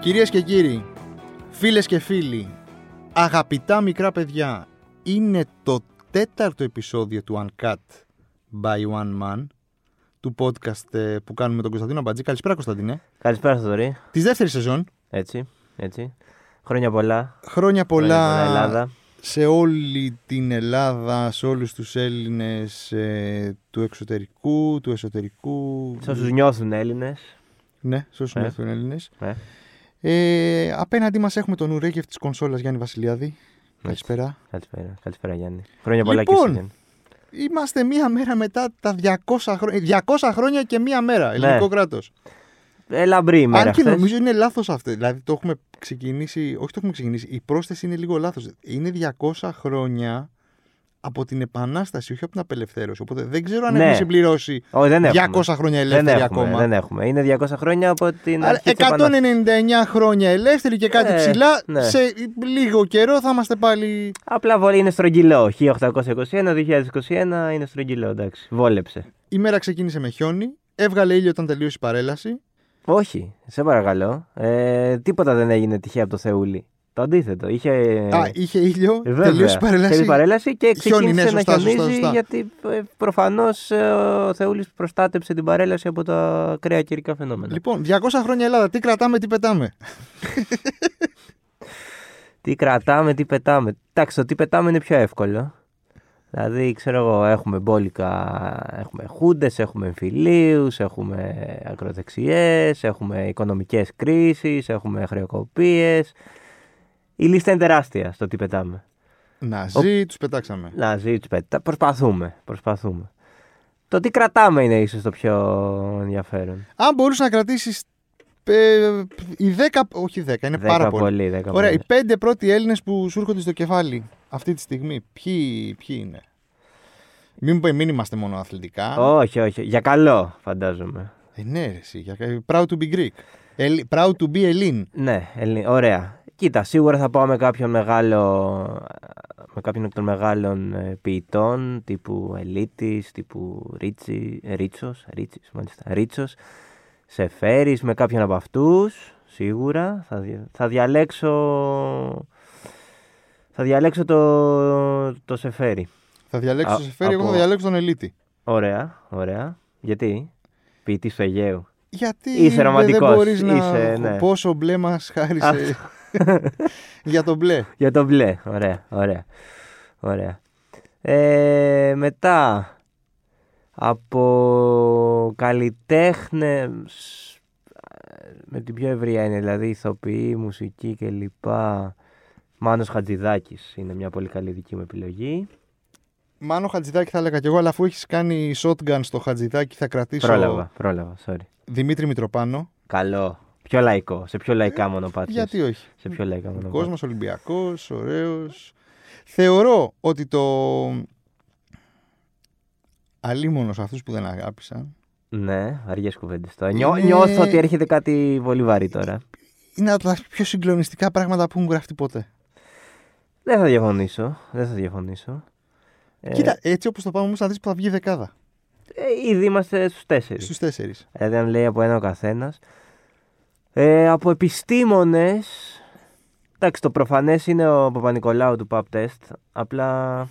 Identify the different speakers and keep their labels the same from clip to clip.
Speaker 1: Κυρίες και κύριοι, φίλες και φίλοι, αγαπητά μικρά παιδιά, είναι το τέταρτο επεισόδιο του Uncut by One Man, του podcast ε, που κάνουμε με τον Κωνσταντίνο Μπατζή. Καλησπέρα Κωνσταντίνε.
Speaker 2: Καλησπέρα, Θοδωρή.
Speaker 1: Της δεύτερης σεζόν,
Speaker 2: Έτσι, έτσι. Χρόνια πολλά.
Speaker 1: χρόνια
Speaker 2: Χρόνια πολλά
Speaker 1: πολλά
Speaker 2: Ελλάδα.
Speaker 1: σε όλη την Ελλάδα, σε όλους τους Έλληνες ε, του εξωτερικού, του εσωτερικού.
Speaker 2: Σε όσους νιώθουν Έλληνες.
Speaker 1: Ναι, σε όσους
Speaker 2: Ε.
Speaker 1: νιώθουν Έλληνες.
Speaker 2: Ε.
Speaker 1: Ε, απέναντι μας έχουμε τον Ουρέκεφ της κονσόλας Γιάννη Βασιλιάδη. Καλησπέρα.
Speaker 2: Καλησπέρα, καλησπέρα Γιάννη. Χρόνια πολλά και
Speaker 1: Λοιπόν,
Speaker 2: εσύ. Γιάννη.
Speaker 1: Είμαστε μία μέρα μετά τα 200 χρόνια. 200 χρόνια και μία μέρα. Ελληνικό κράτος.
Speaker 2: Ε, λαμπρή ημέρα.
Speaker 1: Αν και
Speaker 2: Ναι. χθες.
Speaker 1: νομίζω είναι λάθος αυτό. Δηλαδή το έχουμε ξεκινήσει. Όχι το έχουμε ξεκινήσει. Η πρόσθεση είναι λίγο λάθος. Είναι 200 χρόνια από την Επανάσταση, όχι από την απελευθέρωση. Οπότε δεν ξέρω αν
Speaker 2: Ναι.
Speaker 1: έχουμε συμπληρώσει
Speaker 2: Όχι, δεν έχουμε.
Speaker 1: 200 χρόνια
Speaker 2: δεν
Speaker 1: ελεύθερη
Speaker 2: έχουμε,
Speaker 1: ακόμα.
Speaker 2: δεν έχουμε. Είναι 200 χρόνια από την.
Speaker 1: Άρα
Speaker 2: αρχή της Επανάστασης.
Speaker 1: 199 χρόνια ελεύθερη και κάτι
Speaker 2: Ε,
Speaker 1: ψηλά.
Speaker 2: ναι.
Speaker 1: Σε λίγο καιρό θα είμαστε πάλι.
Speaker 2: Απλά βολή είναι στρογγυλό. 1821-2021 είναι στρογγυλό, εντάξει. Βόλεψε.
Speaker 1: Η μέρα ξεκίνησε με χιόνι. Έβγαλε ήλιο όταν τελείωσε η παρέλαση.
Speaker 2: Όχι, σε παρακαλώ. Ε, τίποτα δεν έγινε τυχαία από το Θεούλη. Το αντίθετο. Είχε.
Speaker 1: Α, είχε ήλιο.
Speaker 2: Ναι. Ε, Βέβαια.
Speaker 1: Τελείωσε η παρέλαση.
Speaker 2: Τελείωσε η παρέλαση και
Speaker 1: Χιόνι,
Speaker 2: ξεκίνησε
Speaker 1: ναι, σωστά,
Speaker 2: να
Speaker 1: σωστά,
Speaker 2: χιονίζει
Speaker 1: σωστά.
Speaker 2: γιατί προφανώ ο Θεούλης προστάτεψε την παρέλαση από τα ακραία καιρικά φαινόμενα.
Speaker 1: Λοιπόν, 200 χρόνια Ελλάδα, τι κρατάμε, τι πετάμε.
Speaker 2: Τι κρατάμε, τι πετάμε. Εντάξει, το τι πετάμε είναι πιο εύκολο. Δηλαδή, ξέρω εγώ, έχουμε μπόλικα, έχουμε χούντες, έχουμε εμφυλίους, έχουμε ακροδεξιές, έχουμε οικονομικές κρίσεις, έχουμε χρεοκοπίες. Η λίστα είναι τεράστια στο τι πετάμε.
Speaker 1: Ναζί, τους πετάξαμε.
Speaker 2: Να ζήσουμε. Δηλαδή, Τα Προσπαθούμε. Προσπαθούμε. Το τι κρατάμε είναι ίσως το πιο ενδιαφέρον.
Speaker 1: Αν μπορούσες να κρατήσεις. Ε, οι 10. Όχι 10, είναι πάρα πολύ.
Speaker 2: πολύ. Δέκα
Speaker 1: Ωραία, οι
Speaker 2: πολύ.
Speaker 1: 5 πρώτοι Έλληνες που σου έρχονται στο κεφάλι αυτή τη στιγμή, ποιοι, ποιοι είναι. Μην, μην είμαστε μόνο αθλητικά.
Speaker 2: Όχι, όχι. Για καλό, φαντάζομαι.
Speaker 1: Ε, ναι, ρε, εσύ, για- proud to be Greek. Ελλη- Proud to be Ελλήν.
Speaker 2: Ναι, Ελλην- ωραία. Κοίτα, σίγουρα θα πάω με κάποιον μεγάλο. με κάποιον εκ των μεγάλων ε, ποιητών, τύπου Ελίτης, τύπου Ρίτσι, Ρίτσο, Ρίτσις, μάλιστα. Ρίτσος. Σεφέρης, με κάποιον από αυτούς, σίγουρα. Θα, δια- θα διαλέξω. Θα διαλέξω το, το Σεφέρη.
Speaker 1: Θα διαλέξω
Speaker 2: Α,
Speaker 1: τον Σεφέρι, εγώ
Speaker 2: από-
Speaker 1: θα διαλέξω τον Ελίτη.
Speaker 2: Ωραία, ωραία. Γιατί, ποιητής του Αιγαίου.
Speaker 1: Γιατί
Speaker 2: Είσαι
Speaker 1: δε- δεν
Speaker 2: ρομαντικός,
Speaker 1: μπορείς να.
Speaker 2: είσαι, ναι.
Speaker 1: Πόσο μπλε μας χάρισε. για τον μπλε.
Speaker 2: Για το μπλε. Ωραία, ωραία. ωραία. Ε, μετά από καλλιτέχνες με την πιο ευρία είναι δηλαδή ηθοποιοί, μουσική κλπ. Μάνος Χατζηδάκης είναι μια πολύ καλή δική μου επιλογή.
Speaker 1: Μάνο Χατζηδάκη θα έλεγα κι εγώ, αλλά αφού έχεις κάνει shotgun στο Χατζηδάκη, θα κρατήσω
Speaker 2: Πρόλαβα, πρόλαβα, sorry.
Speaker 1: Δημήτρη Μητροπάνο.
Speaker 2: Καλό. Πιο λαϊκό, σε πιο λαϊκά μονοπάτια.
Speaker 1: Ε, Γιατί όχι.
Speaker 2: Σε πιο λαϊκά
Speaker 1: Ο
Speaker 2: μονοπάτια.
Speaker 1: κόσμος Ολυμπιακός, ωραίος. Θεωρώ ότι το. Αλίμονος αυτούς που δεν αγάπησαν.
Speaker 2: Ναι, αργές κουβέντες τώρα. Νιώ,
Speaker 1: Είναι-
Speaker 2: Νιώθω ότι έρχεται κάτι πολύ βαρύ τώρα.
Speaker 1: Είναι από τα πιο συγκλονιστικά πράγματα που έχουν γραφτεί ποτέ.
Speaker 2: Δεν θα διαφωνήσω, δεν θα διαφωνήσω. Ε,
Speaker 1: Κοίτα, έτσι όπως το πάμε όμω, θα δεις που θα βγει η δεκάδα.
Speaker 2: Ε, ήδη είμαστε στους τέσσερις.
Speaker 1: Στους τέσσερις.
Speaker 2: Δηλαδή, αν λέει από ένα ο καθένας. Ε, από επιστήμονες. Εντάξει, το προφανές είναι ο Παπα-Νικολάου του Pap Test. Απλά.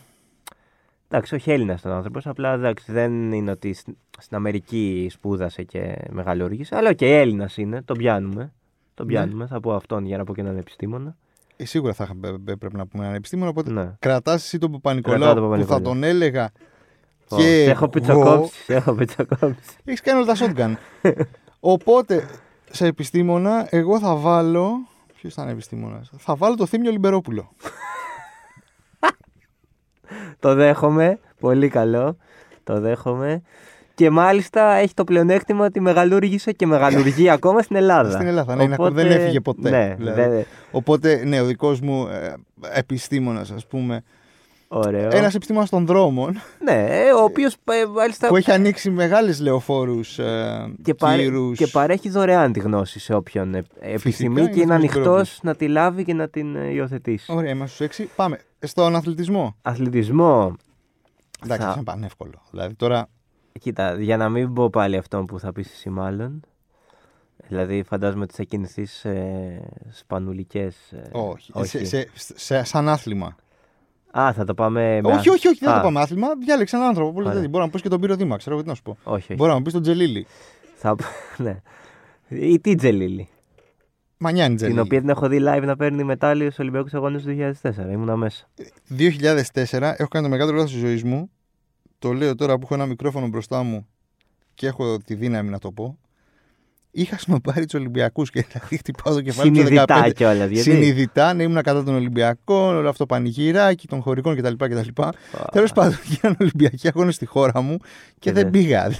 Speaker 2: Εντάξει, όχι Έλληνας τον άνθρωπος. Απλά εντάξει, δεν είναι ότι σ- στην Αμερική σπούδασε και μεγαλούργησε. Αλλά και Έλληνας είναι. Τον πιάνουμε. Τον
Speaker 1: Ναι.
Speaker 2: πιάνουμε. Θα πω αυτόν για να πω και έναν επιστήμονα.
Speaker 1: Ε, σίγουρα θα είχα- ε, πρέπει να πούμε έναν επιστήμονα, οπότε
Speaker 2: Ναι.
Speaker 1: κρατάς εσύ τον
Speaker 2: Κρατάω τον
Speaker 1: Παπα-Νικολάου που θα
Speaker 2: Παπα-Νικολάου.
Speaker 1: τον έλεγα.
Speaker 2: Ω,
Speaker 1: Και
Speaker 2: σε
Speaker 1: εγώ-
Speaker 2: έχω πιτσοκόψει. σε έχω πιτσοκόψει.
Speaker 1: Έχεις κάνει όλα τα shotgun. Οπότε, σε επιστήμονα, εγώ θα βάλω. Ποιος ήταν επιστήμονας. Θα βάλω το Θήμιο Λιμπερόπουλο.
Speaker 2: Το δέχομαι. Πολύ καλό. Το δέχομαι. Και μάλιστα έχει το πλεονέκτημα ότι μεγαλούργησε και μεγαλουργεί ακόμα στην Ελλάδα.
Speaker 1: Στην Ελλάδα, ναι, είναι ακο- δεν έφυγε ποτέ,
Speaker 2: Ναι,
Speaker 1: δηλαδή.
Speaker 2: δεν-
Speaker 1: Οπότε, ναι, ο δικός μου ε, επιστήμονας, ας πούμε.
Speaker 2: ωραίο.
Speaker 1: Ένας επιστήμονας των δρόμων
Speaker 2: Ναι, ε, ο οποίος μάλιστα
Speaker 1: που έχει ανοίξει μεγάλες λεωφόρους ε,
Speaker 2: και, παρέ-
Speaker 1: κύρους.
Speaker 2: και παρέχει δωρεάν τη γνώση σε όποιον ε,
Speaker 1: Φυσικά,
Speaker 2: επιθυμεί
Speaker 1: είναι
Speaker 2: και είναι
Speaker 1: αυτός
Speaker 2: ανοιχτό
Speaker 1: μικρόβιος.
Speaker 2: να τη λάβει και να την ε, υιοθετήσει.
Speaker 1: Ωραία, είμαστε στους έξι. Πάμε. Στον αθλητισμό.
Speaker 2: Αθλητισμό.
Speaker 1: Εντάξει,
Speaker 2: Θα-
Speaker 1: αυτό είναι πανεύκολο. Δηλαδή τώρα.
Speaker 2: Κοίτα, για να μην πω πάλι αυτόν που θα πει εσύ μάλλον. Δηλαδή, φαντάζομαι ότι θα κινηθείς σε ε, σπανουλικέ.
Speaker 1: Όχι. Σε, σε, σε- σαν άθλημα.
Speaker 2: Α, θα το πάμε. με
Speaker 1: όχι,
Speaker 2: α-
Speaker 1: όχι, όχι, δεν
Speaker 2: Α,
Speaker 1: θα το πάμε άθλημα. Διάλεξε έναν άνθρωπο. Πολύ
Speaker 2: Ωραία.
Speaker 1: τέτοιο. Μπορώ να πεις και τον Πύρο Δήμα, ξέρω εγώ τι να σου πω.
Speaker 2: Όχι, όχι.
Speaker 1: Μπορώ να πεις τον Τζελίλη.
Speaker 2: Θα... ναι. Η Τίτζε Λίλη.
Speaker 1: Μανιάνι
Speaker 2: Την
Speaker 1: Τζελίλη.
Speaker 2: οποία την έχω δει live να παίρνει μετάλλιο στους Ολυμπιακούς Αγώνες του 2004. Ήμουνα μέσα.
Speaker 1: 2004 έχω κάνει το μεγάλο λάθος της ζωής μου. Το λέω τώρα που έχω ένα μικρόφωνο μπροστά μου και έχω τη δύναμη να το πω. Είχα σνοπάρει τους Ολυμπιακούς και τα χτυπάω το κεφάλι τους
Speaker 2: Συνειδητά δηλαδή.
Speaker 1: 15.
Speaker 2: κιόλας. Γιατί.
Speaker 1: Συνειδητά, ναι, ήμουν κατά των Ολυμπιακών, όλο αυτό το πανηγυράκι των χωρικών κτλ. κτλ.
Speaker 2: Α,
Speaker 1: Τέλος πάντων, γίνανε Ολυμπιακοί αγώνες στη χώρα μου και
Speaker 2: Και
Speaker 1: δεν
Speaker 2: δεν-
Speaker 1: πήγα.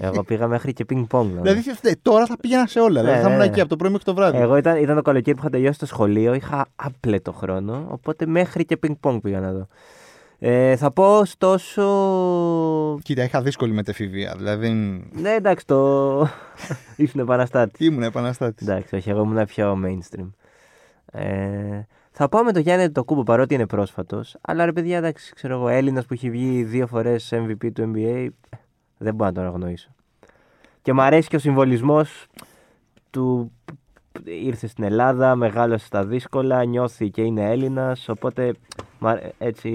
Speaker 2: Εγώ πήγα μέχρι και πινκ πονγκ.
Speaker 1: Δηλαδή θε- τώρα θα πήγαινα σε όλα. Δηλαδή
Speaker 2: Ναι,
Speaker 1: θα ήμουν
Speaker 2: ναι,
Speaker 1: εκεί
Speaker 2: ναι.
Speaker 1: από το πρωί μέχρι το βράδυ.
Speaker 2: Εγώ ήταν, ήταν το καλοκαίρι που είχα τελειώσει το σχολείο, είχα άπλετο χρόνο, οπότε μέχρι και πινκ-πονγκ πήγα να δω. Ε, θα πω ωστόσο.
Speaker 1: Κοίτα, είχα δύσκολη μετεφηβεία. Δηλαδή δεν-
Speaker 2: Ναι, εντάξει, το. ήσουν επαναστάτης.
Speaker 1: ήμουν επαναστάτης.
Speaker 2: εντάξει, όχι, εγώ ήμουν πιο mainstream. Ε, θα πάω με τον Γιάννη το κούμπο παρότι είναι πρόσφατος. Αλλά ρε παιδιά, εντάξει, ξέρω εγώ, Έλληνας που έχει βγει δύο φορές MVP του NBA, δεν μπορώ να τον αγνοήσω. Και μου αρέσει και ο συμβολισμός του ήρθε στην Ελλάδα, μεγάλωσε στα δύσκολα, νιώθει και είναι Έλληνας. Οπότε μ' αρέ- έτσι,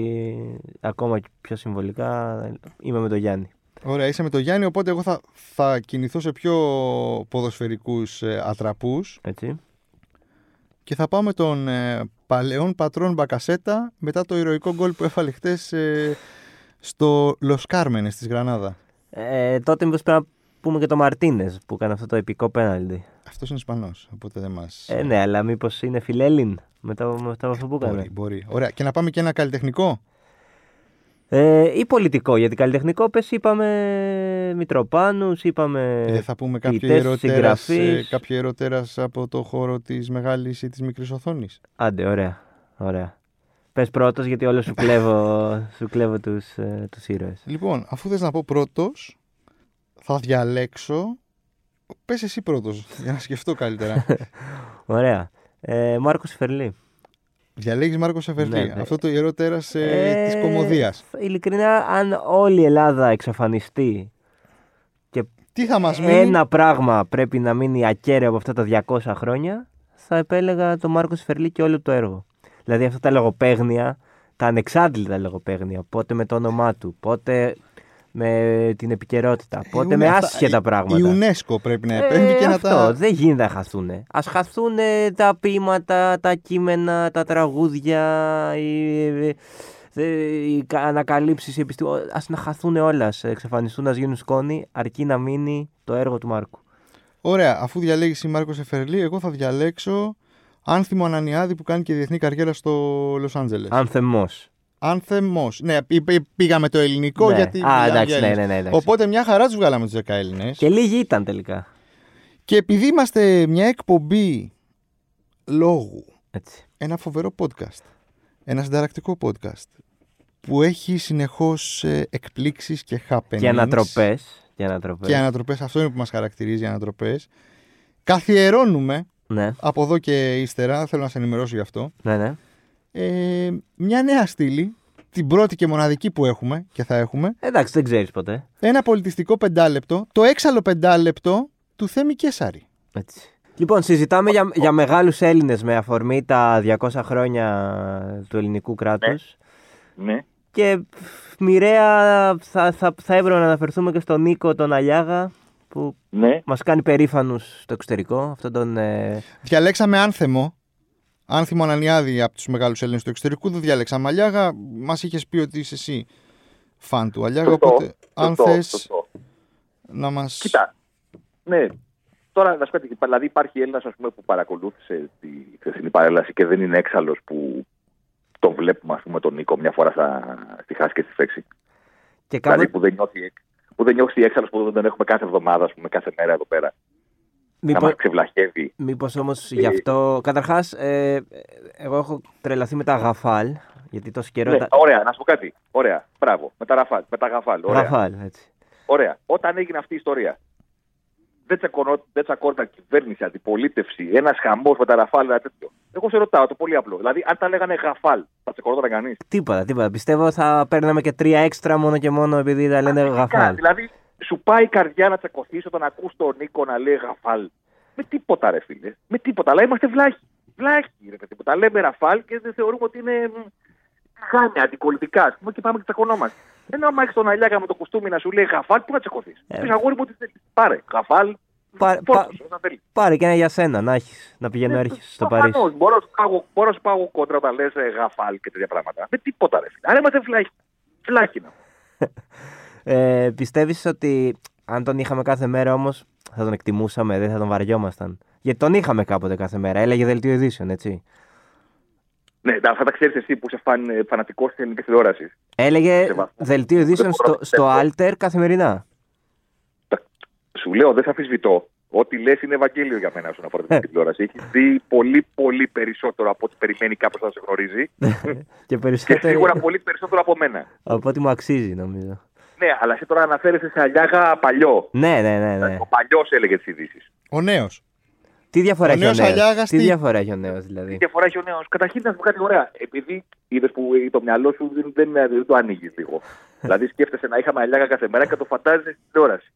Speaker 2: ακόμα και πιο συμβολικά, είμαι με τον Γιάννη.
Speaker 1: Ωραία, είσαι με τον Γιάννη, οπότε εγώ θα, θα κινηθώ σε πιο ποδοσφαιρικούς ατραπούς
Speaker 2: Έτσι.
Speaker 1: και θα πάω με τον ε, παλαιόν πατρόν Μπακασέτα μετά το ηρωικό γκολ που έφαλε χτε στο Λος Κάρμενες της Γρανάδα.
Speaker 2: Ε, τότε μήπως πρέπει να πούμε και το Μαρτίνες που έκανε αυτό το επικό πέναλτι.
Speaker 1: Αυτός είναι Ισπανός, οπότε δεν μας.
Speaker 2: Ε, ναι, αλλά μήπως είναι φιλέλλην μετά, από- μετά από αυτό που έκανε.
Speaker 1: μπορεί, μπορεί. Ωραία, και να πάμε και ένα καλλιτεχνικό.
Speaker 2: Ε, ή πολιτικό, γιατί καλλιτεχνικό πες είπαμε Μητροπάνους, είπαμε...
Speaker 1: Δεν Ε, θα πούμε ε, κάποιο
Speaker 2: Ε, ποιητές,
Speaker 1: ιεροτέρα
Speaker 2: συγγραφείς.
Speaker 1: κάποιο ιεροτέρας από το χώρο της μεγάλης ή της μικρής οθόνης.
Speaker 2: Άντε, ωραία, ωραία. Πες πρώτος γιατί όλο σου κλέβω, σου κλέβω τους, ε, τους ήρωες.
Speaker 1: Λοιπόν, αφού θες να πω πρώτος, θα διαλέξω. Πες εσύ πρώτος, για να σκεφτώ καλύτερα.
Speaker 2: Ωραία. Ε, Μάρκος Φερλή.
Speaker 1: Διαλέγεις Μάρκος Σεφερλή.
Speaker 2: Ναι, ναι.
Speaker 1: Αυτό το ιερό τέρας ε, της κομμωδίας.
Speaker 2: Ειλικρινά, αν όλη η Ελλάδα εξαφανιστεί
Speaker 1: Τι θα μας μείνει.
Speaker 2: ένα πράγμα πρέπει να μείνει ακέραιο από αυτά τα 200 χρόνια, θα επέλεγα τον Μάρκο Σφερλί και όλο το έργο. Δηλαδή αυτά τα λογοπαίγνια, τα ανεξάντλητα λογοπαίγνια, πότε με το όνομά του, πότε με την επικαιρότητα,
Speaker 1: Ε,
Speaker 2: πότε
Speaker 1: είναι
Speaker 2: με
Speaker 1: αυτά-
Speaker 2: άσχετα
Speaker 1: η-
Speaker 2: πράγματα.
Speaker 1: Η UNESCO πρέπει να
Speaker 2: Ε,
Speaker 1: επέμβει και να
Speaker 2: αυτό,
Speaker 1: τα.
Speaker 2: δεν γίνεται να χαθούν. Α χαθούν τα ποίηματα, τα κείμενα, τα τραγούδια, οι, ε, οι ανακαλύψεις, οι επιστήμονε. Ας να χαθούν όλα, ας εξαφανιστούν, να γίνουν σκόνη, αρκεί να μείνει το έργο του Μάρκου.
Speaker 1: Ωραία, αφού διαλέγεις η Μάρκος Σεφερλή, εγώ θα διαλέξω Άνθιμο Ανανιάδη που κάνει και διεθνή καριέρα στο Λος Άντζελες.
Speaker 2: Ανθεμό.
Speaker 1: Άνθεμο. Ναι, πή- πή- πήγαμε το ελληνικό γιατί.
Speaker 2: Ναι. Α,
Speaker 1: μιλάμε για
Speaker 2: εντάξει, ναι,
Speaker 1: Έλληνες.
Speaker 2: ναι, ναι, εντάξει.
Speaker 1: Οπότε μια χαρά τους βγάλαμε τους 10 Έλληνες.
Speaker 2: Και λίγοι ήταν τελικά.
Speaker 1: Και επειδή είμαστε μια εκπομπή λόγου,
Speaker 2: Έτσι.
Speaker 1: ένα φοβερό podcast, ένα συνταρακτικό podcast, που έχει συνεχώς ε, εκπλήξεις και happenings.
Speaker 2: Και ανατροπές. Και ανατροπές.
Speaker 1: Και ανατροπές, αυτό είναι που μας χαρακτηρίζει, οι ανατροπές. Καθιερώνουμε,
Speaker 2: Ναι,
Speaker 1: από εδώ και ύστερα, θέλω να σε ενημερώσω γι' αυτό,
Speaker 2: ναι, ναι.
Speaker 1: ε, μια νέα στήλη, την πρώτη και μοναδική που έχουμε και θα έχουμε,
Speaker 2: Εντάξει, δεν ξέρεις ποτέ.
Speaker 1: ένα πολιτιστικό πεντάλεπτο, το έξαλλο πεντάλεπτο του Θέμη Κέσαρη.
Speaker 2: Έτσι. Λοιπόν, συζητάμε για, για μεγάλους Έλληνες με αφορμή τα 200 χρόνια του ελληνικού κράτους
Speaker 3: Ναι.
Speaker 2: και πφ, μοιραία θα, θα, θα έπρεπε να αναφερθούμε και στον Νίκο τον Αλιάγα που
Speaker 3: Ναι.
Speaker 2: μας κάνει περήφανους στο εξωτερικό. Αυτόν τον... ε,
Speaker 1: Διαλέξαμε άνθεμο. Άνθιμο Ανανιάδη από τους μεγάλους Έλληνες του εξωτερικού. Δεν διάλεξαμε Αλιάγα. Μας είχες πει ότι είσαι εσύ φαν του Αλιάγα.
Speaker 3: Σωστό,
Speaker 1: Οπότε, αν
Speaker 3: Σωστό,
Speaker 1: θες
Speaker 3: σωστό.
Speaker 1: να μας.
Speaker 3: Κοίτα. Ναι. Τώρα να σου πω, δηλαδή υπάρχει Έλληνας που παρακολούθησε τη χθεσινή παρέλαση και δεν είναι έξαλλος που το βλέπουμε, ας πούμε, τον Νίκο μια φορά στα, στη χάση και στη φέξη.
Speaker 2: και
Speaker 3: Δηλαδή
Speaker 2: κάποτε,
Speaker 3: που δεν νιώθει, που δεν νιώθει έξαλλος που δεν τον έχουμε κάθε εβδομάδα, ας πούμε, κάθε μέρα εδώ πέρα. Να
Speaker 2: μήπως,
Speaker 3: μα ξεβλαχεύει.
Speaker 2: μήπως όμως γι' αυτό... Καταρχάς, ε, ε, εγώ έχω τρελαθεί με τα γαφάλ, γιατί τόσο καιρό...
Speaker 3: Ναι,
Speaker 2: τα...
Speaker 3: ωραία, να σου πω κάτι. Ωραία. Μπράβο. Με τα ραφάλ. Με τα γαφάλ. Ωραία.
Speaker 2: Γαφάλ, έτσι.
Speaker 3: Ωραία. Όταν έγινε αυτή η ιστορία, δεν, τσακωνό, δεν τσακώνονταν κυβέρνηση, αντιπολίτευση, ένας χαμός με τα ραφάλ, ένα τέτοιο. Εγώ σε ρωτάω το πολύ απλό. Δηλαδή, αν τα λέγανε γαφάλ, θα τσακωνόταν κανείς.
Speaker 2: Τίποτα, τίποτα. Πιστεύω θα παίρναμε και τρία έξτρα μόνο και μόνο επειδή τα λένε Ναι, γαφάλ.
Speaker 3: Δηλαδή, σου πάει η καρδιά να τσακωθείς όταν ακούς τον Νίκο να λέει γαφάλ. Με τίποτα, ρε φίλε. Με τίποτα. Αλλά είμαστε βλάχοι. Βλάχοι, ρε παιδί μου. Τα λέμε ραφάλ και δεν θεωρούμε ότι είναι χάνια αντικολλητικά, ας πούμε, και πάμε και τσακωνόμαστε. Ενώ άμα έχεις τον Αλιάκα με το κουστούμι να σου λέει γαφάλ, πού να τσακωθείς.
Speaker 2: Ε.
Speaker 3: Ε. Πει αγόρι μου ότι θέλεις. Πάρε, γαφάλ.
Speaker 2: Πάρε-
Speaker 3: φόρτωσε, όταν θέλεις.
Speaker 2: Πάρε και ένα για σένα να έχεις να
Speaker 3: Ε,
Speaker 2: πηγαίνω έρχεσαι στο Παρίσι.
Speaker 3: Προφανώς, Μπορώ, να σου πάγω- μπορώ να σου πάω κόντρα όταν λες γαφάλ και τέτοια πράγματα. Με τίποτα ρε. φίλε. Άρα είμαστε φλάχοι. Φλάχοι να.
Speaker 2: Ε, Πιστεύεις ότι αν τον είχαμε κάθε μέρα όμως θα τον εκτιμούσαμε, δεν θα τον βαριόμασταν. Γιατί τον είχαμε κάποτε κάθε μέρα. Έλεγε δελτίο ειδήσεων, έτσι.
Speaker 3: Ναι, τα- αυτά τα ξέρεις εσύ που είσαι φαν, ε, φανατικό τη ελληνική τηλεόραση.
Speaker 2: Έλεγε
Speaker 3: Σε βαθμό.
Speaker 2: δελτίο ειδήσεων
Speaker 3: μπορώ
Speaker 2: στο,
Speaker 3: να
Speaker 2: στο
Speaker 3: πιστεύω.
Speaker 2: Alter καθημερινά.
Speaker 3: Σου λέω, δεν θα αφισβητώ. Ό,τι λες είναι Ευαγγέλιο για μένα όσον αφορά
Speaker 2: Ε.
Speaker 3: την ελληνική τηλεόραση. Έχει δει πολύ, πολύ περισσότερο από ό,τι περιμένει κάποιος να σε γνωρίζει
Speaker 2: και
Speaker 3: και
Speaker 2: περισσότερο
Speaker 3: σίγουρα πολύ περισσότερο από μένα.
Speaker 2: από ό,τι μου αξίζει, νομίζω.
Speaker 3: Ναι, αλλά εσύ τώρα αναφέρεσαι σε αλιάγα παλιό.
Speaker 2: Ναι, ναι, ναι. ναι.
Speaker 3: Ο παλιός έλεγε τις ειδήσεις.
Speaker 1: Ο νέος.
Speaker 2: Τι διαφορά
Speaker 1: Ο
Speaker 2: έχει ο
Speaker 1: νέος
Speaker 2: νέος.
Speaker 1: Αλιάγας
Speaker 2: Τι
Speaker 1: τι-
Speaker 2: διαφορά έχει ο νέος, δηλαδή.
Speaker 3: Τι διαφορά έχει ο νέος. Καταρχήν να σου πω κάτι ωραία. Επειδή είδες που το μυαλό σου δεν, δεν, δεν το ανοίγει λίγο. δηλαδή σκέφτεσαι να είχαμε αλιάγα κάθε μέρα και το φαντάζεσαι στην τηλεόραση.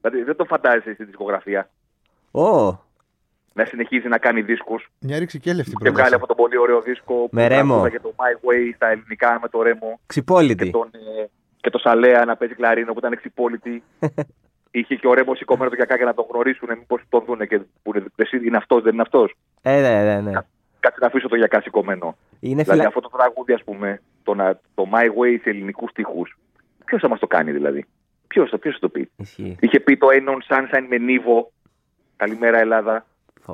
Speaker 3: Δηλαδή δεν το φαντάζεσαι στην δισκογραφία
Speaker 2: Ω,
Speaker 3: να συνεχίζει να κάνει δίσκους
Speaker 1: Μια ρίξη κέλευτη
Speaker 3: και βγάλει
Speaker 1: πρόταση.
Speaker 3: από τον πολύ ωραίο δίσκο που
Speaker 2: Με Ρέμο.
Speaker 3: τραγούδαγε το My Way στα ελληνικά με το Ρέμο και
Speaker 2: ξυπόλυτη.
Speaker 3: τον, ε, και τον Σαλέα να παίζει κλαρίνο που ήταν εξυπόλυτη. Είχε και ο Ρέμο σηκωμένο το γιακά για να τον γνωρίσουν, μήπως τον δούνε και που είναι, «Εσύ είναι αυτός, δεν είναι αυτός.
Speaker 2: Ε, ναι, ναι, ναι.
Speaker 3: Κάτσε να αφήσω το γιακά σηκωμένο.
Speaker 2: Είναι
Speaker 3: Δηλαδή
Speaker 2: Ε, φυλα...
Speaker 3: αυτό το τραγούδι, ας πούμε, το, να- το My Way σε ελληνικούς τοίχου, ποιος θα μας το κάνει δηλαδή. Ποιος θα ποιος θα το πει.
Speaker 2: Ισχύει.
Speaker 3: Είχε πει το Ένον Sunshine με Νίβο. Καλημέρα Ελλάδα.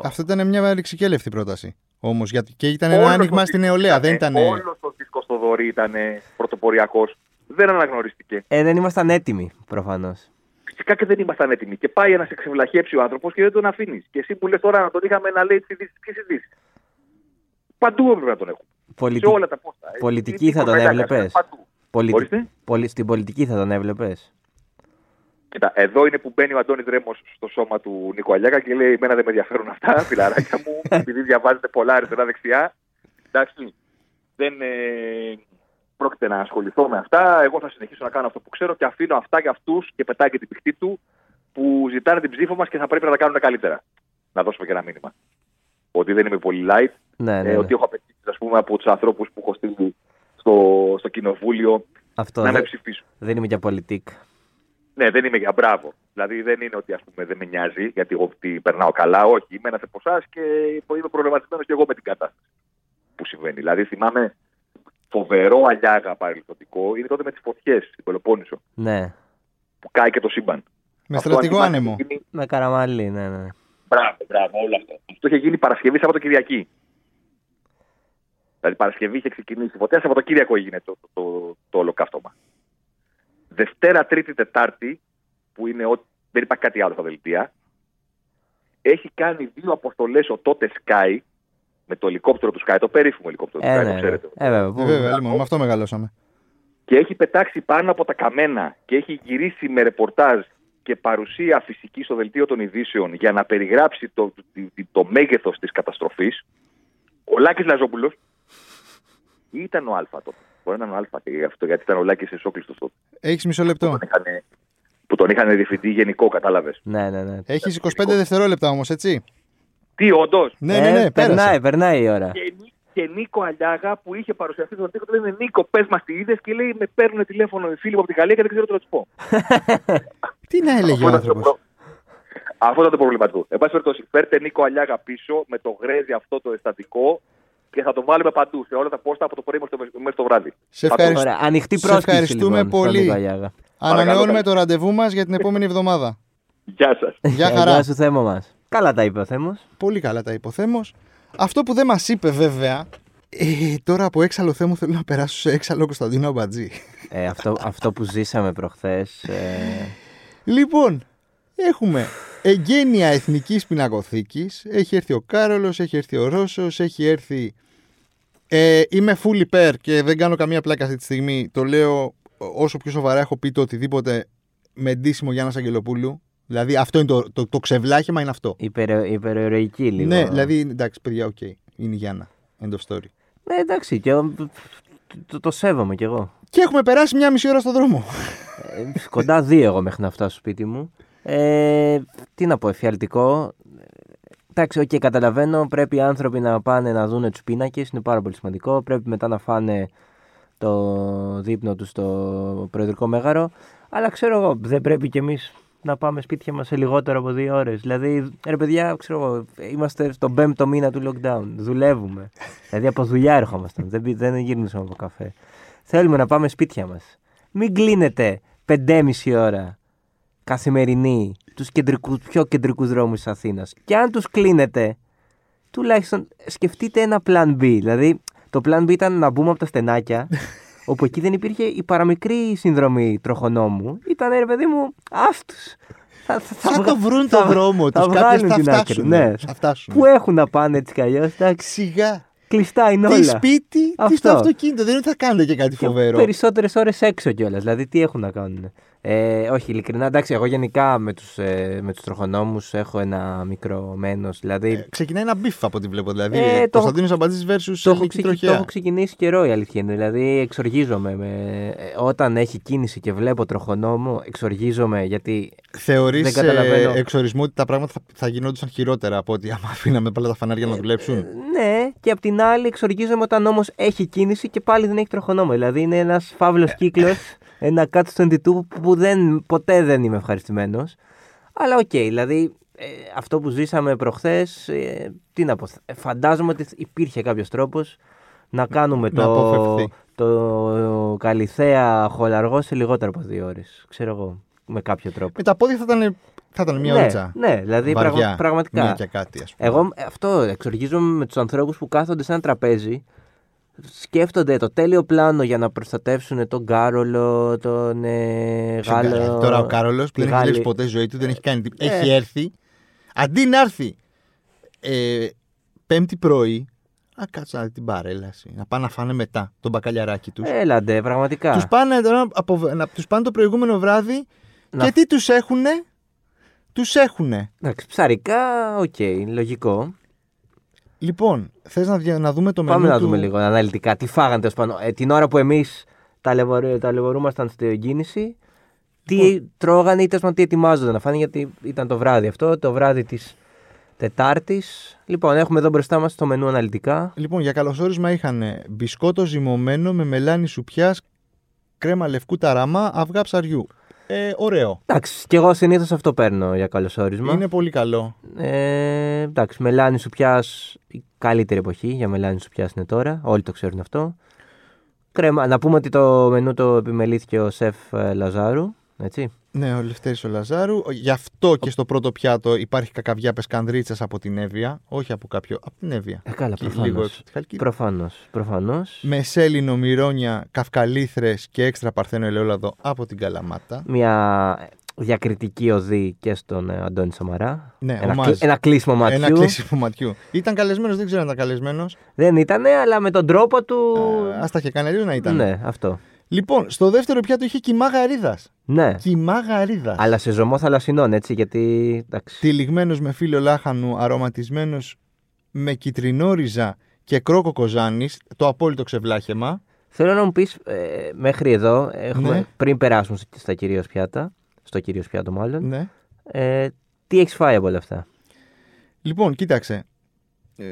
Speaker 1: Αυτό ήταν μια ρηξικέλευτη πρόταση. Όμως γιατί και ήταν
Speaker 3: Όλος
Speaker 1: ένα
Speaker 3: ο
Speaker 1: άνοιγμα
Speaker 3: δίσκος
Speaker 1: στην νεολαία. Δεν ήταν.
Speaker 3: Όλος ο δίσκος στο Δωρή ήταν πρωτοποριακός. Δεν αναγνωρίστηκε.
Speaker 2: Ε, δεν ήμασταν έτοιμοι, προφανώς.
Speaker 3: Φυσικά και δεν ήμασταν έτοιμοι. Και πάει να σε ξεβλαχέψει ο άνθρωπος και δεν τον αφήνεις. Και εσύ που λες τώρα να τον είχαμε να λέει τις ειδήσεις, ποιες ειδήσεις. Παντού έπρεπε να τον έχουμε.
Speaker 2: Πολιτι...
Speaker 3: Σε όλα τα πόστα. Ε,
Speaker 2: πολιτική
Speaker 3: τι-
Speaker 2: θα
Speaker 3: τι
Speaker 2: τον
Speaker 3: κορδέλιας,
Speaker 2: έβλεπες.
Speaker 3: Παντού.
Speaker 2: Πολι...
Speaker 3: Ορίστε.
Speaker 2: Πολι... Στην πολιτική θα τον έβλεπες.
Speaker 3: Κοίτα, εδώ είναι που μπαίνει ο Αντώνης Ρέμος στο σώμα του Νίκο Αλιάκα και λέει: Εμένα δεν με ενδιαφέρουν αυτά, φιλαράκια μου, επειδή διαβάζετε πολλά αριστερά-δεξιά. Εντάξει, δεν ε, πρόκειται να ασχοληθώ με αυτά. Εγώ θα συνεχίσω να κάνω αυτό που ξέρω και αφήνω αυτά για αυτούς και πετάει και την πηχτή του που ζητάνε την ψήφο μας και θα πρέπει να τα κάνουν καλύτερα. Να δώσουμε και ένα μήνυμα. Ότι δεν είμαι πολύ light,
Speaker 2: Ναι, ναι.
Speaker 3: ε,
Speaker 2: ναι.
Speaker 3: ότι έχω απαιτήσει ας πούμε, από τους ανθρώπους που έχω στείλει στο, στο κοινοβούλιο
Speaker 2: Αυτό
Speaker 3: να με
Speaker 2: δεν...
Speaker 3: ψηφίσουν.
Speaker 2: δεν είμαι για πολιτικ.
Speaker 3: Ναι, δεν είμαι για μπράβο. Δηλαδή δεν είναι ότι ας πούμε δεν με νοιάζει γιατί εγώ τι περνάω καλά. Όχι, είμαι ένας από εσάς και είμαι προβληματισμένος και εγώ με την κατάσταση που συμβαίνει. Δηλαδή θυμάμαι φοβερό αλιάγα παρελθοντικό είναι τότε με τις φωτιές στην Πελοπόννησο
Speaker 2: Ναι.
Speaker 3: που κάει και το σύμπαν.
Speaker 1: Με
Speaker 3: Αυτό,
Speaker 1: στρατηγό
Speaker 3: αν θυμάσαι,
Speaker 1: άνεμο.
Speaker 3: είχε γίνει-
Speaker 2: Με καραμαλί, ναι, ναι.
Speaker 3: Μπράβο, μπράβο, όλο αυτό. Αυτό είχε γίνει Παρασκευή, Σαββατοκυριακή. Δηλαδή Παρασκευή είχε ξεκινήσει η φωτιά, Σαββατοκύριακο έγινε το, το, το, το όλο καύτωμα. Δευτέρα, Τρίτη, Τετάρτη, που είναι ό, δεν υπάρχει κάτι άλλο στα δελτία, έχει κάνει δύο αποστολές ο τότε Sky με το ελικόπτερο τους Sky, το περίφημο ελικόπτερο
Speaker 2: Ε,
Speaker 3: του Sky, το
Speaker 2: ναι, ναι.
Speaker 3: ξέρετε.
Speaker 2: Ε, βέβαια.
Speaker 1: Ε,
Speaker 2: Πού...
Speaker 1: Βέβαια, λοιπόν, με αυτό μεγαλώσαμε.
Speaker 3: Και έχει πετάξει πάνω από τα καμένα και έχει γυρίσει με ρεπορτάζ και παρουσία φυσική στο δελτίο των ειδήσεων για να περιγράψει το, το, το μέγεθος της καταστροφής. Ο Λάκης Λαζόπουλος ή ήταν ο Αλφα τότε. Μπορεί να ήταν ο Αλφα και γι' αυτό, γιατί ήταν ο Λάκης εσόκλειστος τότε.
Speaker 1: Έχεις μισό λεπτό.
Speaker 3: Τον είχανε- που τον είχαν διευθυντή γενικό, κατάλαβες.
Speaker 2: Ναι, ναι, ναι.
Speaker 1: Έχεις 25 δευτερόλεπτα όμως, έτσι.
Speaker 3: Τι όντως.
Speaker 1: Ναι, ναι, ναι, πέρασε.
Speaker 2: Ε, περνάει, περνάει η ώρα.
Speaker 3: Και, Νί- και Νίκο Αλιάγα που είχε παρουσιαστεί στον τοίχο του λένε Νίκο, πες μας τι είδες και λέει Με παίρνουν τηλέφωνο οι φίλοι μου από τη Γαλλία και δεν ξέρω τι να τους πω.
Speaker 1: Τι να έλεγε ο
Speaker 3: Αυτό ήταν το
Speaker 1: άνθρωπος.
Speaker 3: προ- Αυτό ήταν το προβληματικό. Εν πάση περιπτώσει, φέρτε Νίκο Αλιάγα πίσω με το γρέζι αυτό το αισθαντικό και θα τον βάλουμε παντού σε όλα τα πόστα από το πρωί μέχρι το- μέχρι το βράδυ.
Speaker 1: Σε
Speaker 3: Θα το-
Speaker 1: ευχαριστώ.
Speaker 2: Ωραία, ανοιχτή
Speaker 1: Σε
Speaker 2: πρόσκληση.
Speaker 1: ευχαριστούμε
Speaker 2: λοιπόν, στον
Speaker 1: πολύ.
Speaker 2: Νίκο Αγιάγα.
Speaker 1: Ανανεώνουμε
Speaker 3: Παρακαλώ.
Speaker 1: το ραντεβού μας για την επόμενη εβδομάδα.
Speaker 3: Γεια σας.
Speaker 1: Γεια χαρά.
Speaker 2: Ε, Γεια σου, θέμα μας. Καλά τα είπε ο Θέμος.
Speaker 1: Πολύ καλά τα υποθέμω. Αυτό που δεν μας είπε, βέβαια. Ε, τώρα από έξαλλο θέμο θέλω να περάσω σε έξαλλο Κωνσταντίνο Αμπατζή.
Speaker 2: Ε, αυτό, αυτό που ζήσαμε προχθές. Ε,
Speaker 1: Λοιπόν, έχουμε εγγένεια εθνικής πινακοθήκης. Έχει έρθει ο Κάρολος, έχει έρθει ο Ρώσος, έχει έρθει. Ε, είμαι full υπέρ και δεν κάνω καμία πλάκα αυτή τη στιγμή. Το λέω όσο πιο σοβαρά έχω πει το οτιδήποτε με ντύσιμο Γιάννα Αγγελοπούλου. Δηλαδή αυτό είναι το, το, το ξεβλάχημα είναι αυτό.
Speaker 2: υπερο, υπερηρωική λίγο.
Speaker 1: Ναι, δηλαδή εντάξει, παιδιά, οκ. Είναι η Γιάννα. End of story.
Speaker 2: Ναι, εντάξει, και, ο- το, το σέβομαι κι εγώ.
Speaker 1: Και έχουμε περάσει μια μισή ώρα στον δρόμο.
Speaker 2: Ε, κοντά δύο εγώ μέχρι να φτάσω σπίτι μου. Ε, τι να πω, εφιαλτικό. Εντάξει, οκ, καταλαβαίνω. Πρέπει οι άνθρωποι να πάνε να δουν τους πίνακες. Είναι πάρα πολύ σημαντικό. Πρέπει μετά να φάνε το δείπνο τους στο προεδρικό μέγαρο. Αλλά ξέρω εγώ, δεν πρέπει κι εμείς να πάμε σπίτια μας σε λιγότερο από δύο ώρες. Δηλαδή, ρε παιδιά, ξέρω εγώ, είμαστε στον πέμπτο μήνα του lockdown. Δουλεύουμε. δηλαδή, από δουλειά έρχομαστε. δεν, πι- δεν γύρνησαμε από καφέ. Θέλουμε να πάμε σπίτια μας. Μην κλείνετε 5,5 ώρα καθημερινή τους πιο κεντρικούς δρόμους της Αθήνας. Και αν τους κλείνετε, τουλάχιστον σκεφτείτε ένα plan B. Δηλαδή, το plan B ήταν να μπούμε από τα στενάκια, όπου εκεί δεν υπήρχε η παραμικρή συνδρομή τροχονόμου. Ήταν ρε παιδί μου, αυτού. Θα, θα,
Speaker 1: Θα,
Speaker 2: βγα-
Speaker 1: το βρουν
Speaker 2: θα-
Speaker 1: το δρόμο
Speaker 2: θα
Speaker 1: τους. Κάποιοι
Speaker 2: βγάλουν
Speaker 1: θα
Speaker 2: την άκρη.
Speaker 1: φτάσουν.
Speaker 2: Ναι.
Speaker 1: Θα φτάσουν.
Speaker 2: Που έχουν να πάνε έτσι κι αλλιώς.
Speaker 1: Σιγά.
Speaker 2: Κλειστά είναι Ναι, όλα.
Speaker 1: Τι σπίτι, τι στο
Speaker 2: Αυτό.
Speaker 1: αυτοκίνητο. Δεν είναι ότι θα κάνετε και κάτι φοβερό.
Speaker 2: Περισσότερες ώρες έξω κιόλας. Δηλαδή, τι έχουν να κάνουν. Ε, όχι, ειλικρινά, εντάξει, εγώ γενικά με τους ε, με τους τροχονόμους έχω ένα μικρό μένος. Δηλαδή,
Speaker 1: Ε, Ξεκινάει ένα μπιφ από ό,τι βλέπω. Δηλαδή,
Speaker 2: Ε,
Speaker 1: ε,
Speaker 2: το-
Speaker 1: Κωνσταντίνος Αμπατζής versus
Speaker 2: το, έχω
Speaker 1: Ελληνική
Speaker 2: ξεκι- το έχω
Speaker 1: Τροχέα.
Speaker 2: ξεκινήσει καιρό η αλήθεια είναι. Δηλαδή, εξοργίζομαι. Με... ε, Όταν έχει κίνηση και βλέπω τροχονόμο, εξοργίζομαι γιατί.
Speaker 1: Θεωρείς
Speaker 2: Δεν καταλαβαίνω.
Speaker 1: ε, εξορισμό ότι τα πράγματα θα, θα γινόντουσαν χειρότερα από ότι άμα αφήναμε πάλι τα φανάρια
Speaker 2: Ε,
Speaker 1: να δουλέψουν.
Speaker 2: Ναι, και απ' την άλλη, εξοργίζομαι όταν όμως έχει κίνηση και πάλι δεν έχει τροχονόμο. Δηλαδή, είναι ένας φαύλος
Speaker 1: Ε.
Speaker 2: κύκλος, ένα κάτω στο 22 που- που δεν, ποτέ δεν είμαι ευχαριστημένος. Αλλά οκ, δηλαδή ε, αυτό που ζήσαμε προχθές, τι να πω. ε, Φαντάζομαι ότι υπήρχε κάποιος τρόπος να κάνουμε
Speaker 1: Να
Speaker 2: το,
Speaker 1: αποφευχθεί.
Speaker 2: το Καλιθέα χολαργό σε λιγότερο από δύο ώρες. Ξέρω εγώ, με κάποιο τρόπο.
Speaker 1: Με τα πόδια θα ήταν, θα ήταν μια
Speaker 2: ναι,
Speaker 1: ώριτσα.
Speaker 2: Ναι, δηλαδή
Speaker 1: Βαριά,
Speaker 2: πραγμα- πραγματικά.
Speaker 1: Μια και κάτι, ας πούμε.
Speaker 2: Εγώ ε, αυτό εξοργίζομαι με τους ανθρώπους που κάθονται σε ένα τραπέζι, σκέφτονται το τέλειο πλάνο για να προστατεύσουν τον Κάρολο, τον ε,
Speaker 1: Σε καλά.
Speaker 2: Γάλλο.
Speaker 1: Τώρα ο Κάρολος που
Speaker 2: τη
Speaker 1: δεν έχει
Speaker 2: Γάλλη.
Speaker 1: δουλέψει ποτέ στη ζωή του, δεν έχει κάνει τίποτα.
Speaker 2: Ε.
Speaker 1: Έχει έρθει. Αντί να έρθει ε, Πέμπτη πρωί, να κάτσει να δει την παρέλαση. Να πάνε να φάνε μετά τον μπακαλιαράκι τους.
Speaker 2: Έλαντε, πραγματικά.
Speaker 1: Τους πάνε, τώρα απο- να, τους πάνε το προηγούμενο βράδυ
Speaker 2: Να-
Speaker 1: και τι τους έχουνε. Τους έχουνε.
Speaker 2: Εντάξει, ψαρικά, οκ, λογικό.
Speaker 1: Λοιπόν, θες να, δια- να δούμε το μενού
Speaker 2: Πάμε να
Speaker 1: του...
Speaker 2: δούμε λίγο αναλυτικά τι φάγανε τέλος πάντων. Ε, την ώρα που εμείς ταλαιπωρούμασταν στην κίνηση, τι τρώγανε ή τέλος πάντων τι ετοιμάζονταν να φάνε, γιατί ήταν το βράδυ αυτό, το βράδυ της Τετάρτης. Λοιπόν, έχουμε εδώ μπροστά μας το μενού αναλυτικά.
Speaker 1: Λοιπόν, για καλωσόρισμα είχαν μπισκότο ζυμωμένο με μελάνι σουπιάς, κρέμα λευκού ταραμά, αυγά ψαριού. Ε, ωραίο.
Speaker 2: Εντάξει, και εγώ συνήθως αυτό παίρνω για καλωσόρισμα.
Speaker 1: Είναι πολύ καλό.
Speaker 2: Ε, εντάξει, μελάνι σου πιάς. Η καλύτερη εποχή για μελάνι σου πιά είναι τώρα. Όλοι το ξέρουν αυτό. Κρέμα, να πούμε ότι το μενού το επιμελήθηκε ο σεφ ε, Λαζάρου. Έτσι.
Speaker 1: Ναι, ο Λευτέρης ο Λαζάρου. Γι' αυτό και στο πρώτο πιάτο υπάρχει κακαβιά πεσκανδρίτσας από την Εύβοια. Όχι από κάποιο, από την Εύβοια.
Speaker 2: Ε, καλά,
Speaker 1: Και Λίγο
Speaker 2: προφανώς.
Speaker 1: έξω από της Χαλκίδας.
Speaker 2: Προφανώς. Προφανώς.
Speaker 1: με σέλινο, μυρόνια, καυκαλίθρες και έξτρα παρθένο ελαιόλαδο από την Καλαμάτα.
Speaker 2: Μια διακριτική οδή και στον ε, Αντώνη Σαμαρά.
Speaker 1: Ναι,
Speaker 2: ένα,
Speaker 1: ομάζ.
Speaker 2: κλει- ένα κλείσιμο ματιού.
Speaker 1: Ένα κλείσιμο ματιού. Ήταν καλεσμένος, δεν ξέρω αν ήταν καλεσμένος.
Speaker 2: Δεν ήταν, αλλά με τον τρόπο του.
Speaker 1: Ε, Ας τα είχε κάνει αλλιώς να ήταν.
Speaker 2: ναι, αυτό.
Speaker 1: Λοιπόν, στο δεύτερο πιάτο είχε κοιμά γαρίδας.
Speaker 2: Ναι.
Speaker 1: Κοιμά γαρίδας.
Speaker 2: Αλλά σε ζωμό θαλασσινών, έτσι, γιατί. Εντάξει.
Speaker 1: Τυλιγμένος με φύλλο λάχανου, αρωματισμένος με κυτρινόριζα και κρόκο κοζάνης, το απόλυτο ξεβλάχεμα.
Speaker 2: Θέλω να μου πεις ε, μέχρι εδώ, έχουμε,
Speaker 1: Ναι.
Speaker 2: πριν περάσουμε σ- στα κυρίως πιάτα, στο κυρίως πιάτο μάλλον,
Speaker 1: Ναι.
Speaker 2: ε, τι έχεις φάει από όλα αυτά.
Speaker 1: Λοιπόν, κοίταξε. Ε,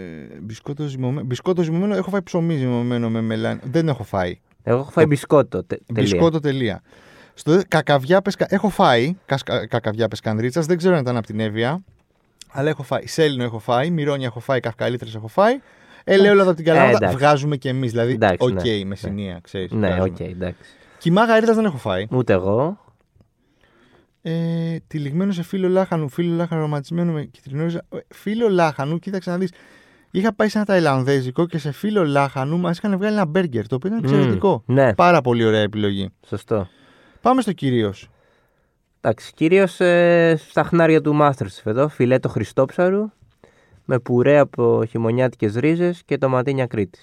Speaker 1: μπισκότο ζυμωμένο. Μπισκότο ζυμωμένο. Έχω φάει ψωμί ζυμωμένο με μελάνι. Δεν έχω φάει.
Speaker 2: Εγώ έχω φάει
Speaker 1: Το-
Speaker 2: μπισκότο. Τε, τελεία.
Speaker 1: Ε, Μπισκότο τελεία. Στο δε- κακαβιά πεσκα... Έχω φάει κασκα... κακαβιά πεσκανδρίτσα, δεν ξέρω αν ήταν από την Εύβοια. Αλλά έχω φάει. Σέλινο έχω φάει, μυρόνια έχω φάει, καυκαλίτρες έχω φάει. Ελαιόλαδα από την
Speaker 2: Ε,
Speaker 1: Καλαμάτα.
Speaker 2: εντάξει.
Speaker 1: βγάζουμε κι εμείς. Δηλαδή,
Speaker 2: Εντάξει,
Speaker 1: οκ,
Speaker 2: ναι, ναι.
Speaker 1: με σημεία, ξέρεις.
Speaker 2: Ναι, οκ, εντάξει.
Speaker 1: Κοιμά γαρίδας δεν έχω φάει.
Speaker 2: Ούτε εγώ.
Speaker 1: Ε, τυλιγμένο σε φύλλο λάχανου, φύλλο λάχανου αρωματισμένο με κυτρινόριζα. Ε, Φύλλο λάχανου, κοίταξε να δεις. Είχα πάει σε ένα ταϊλανδέζικο και σε φύλλο λάχανου μας είχαν βγάλει ένα μπέργκερ, το οποίο ήταν
Speaker 2: Μμμ,
Speaker 1: εξαιρετικό.
Speaker 2: ναι,
Speaker 1: Πάρα πολύ ωραία επιλογή.
Speaker 2: σωστό.
Speaker 1: Πάμε στο κυρίως.
Speaker 2: Εντάξει, κυρίως ε, στα χνάρια του Masterchef εδώ, φιλέτο Χριστόψαρου με πουρέ από χειμωνιάτικες ρίζες και ντοματίνια Κρήτη.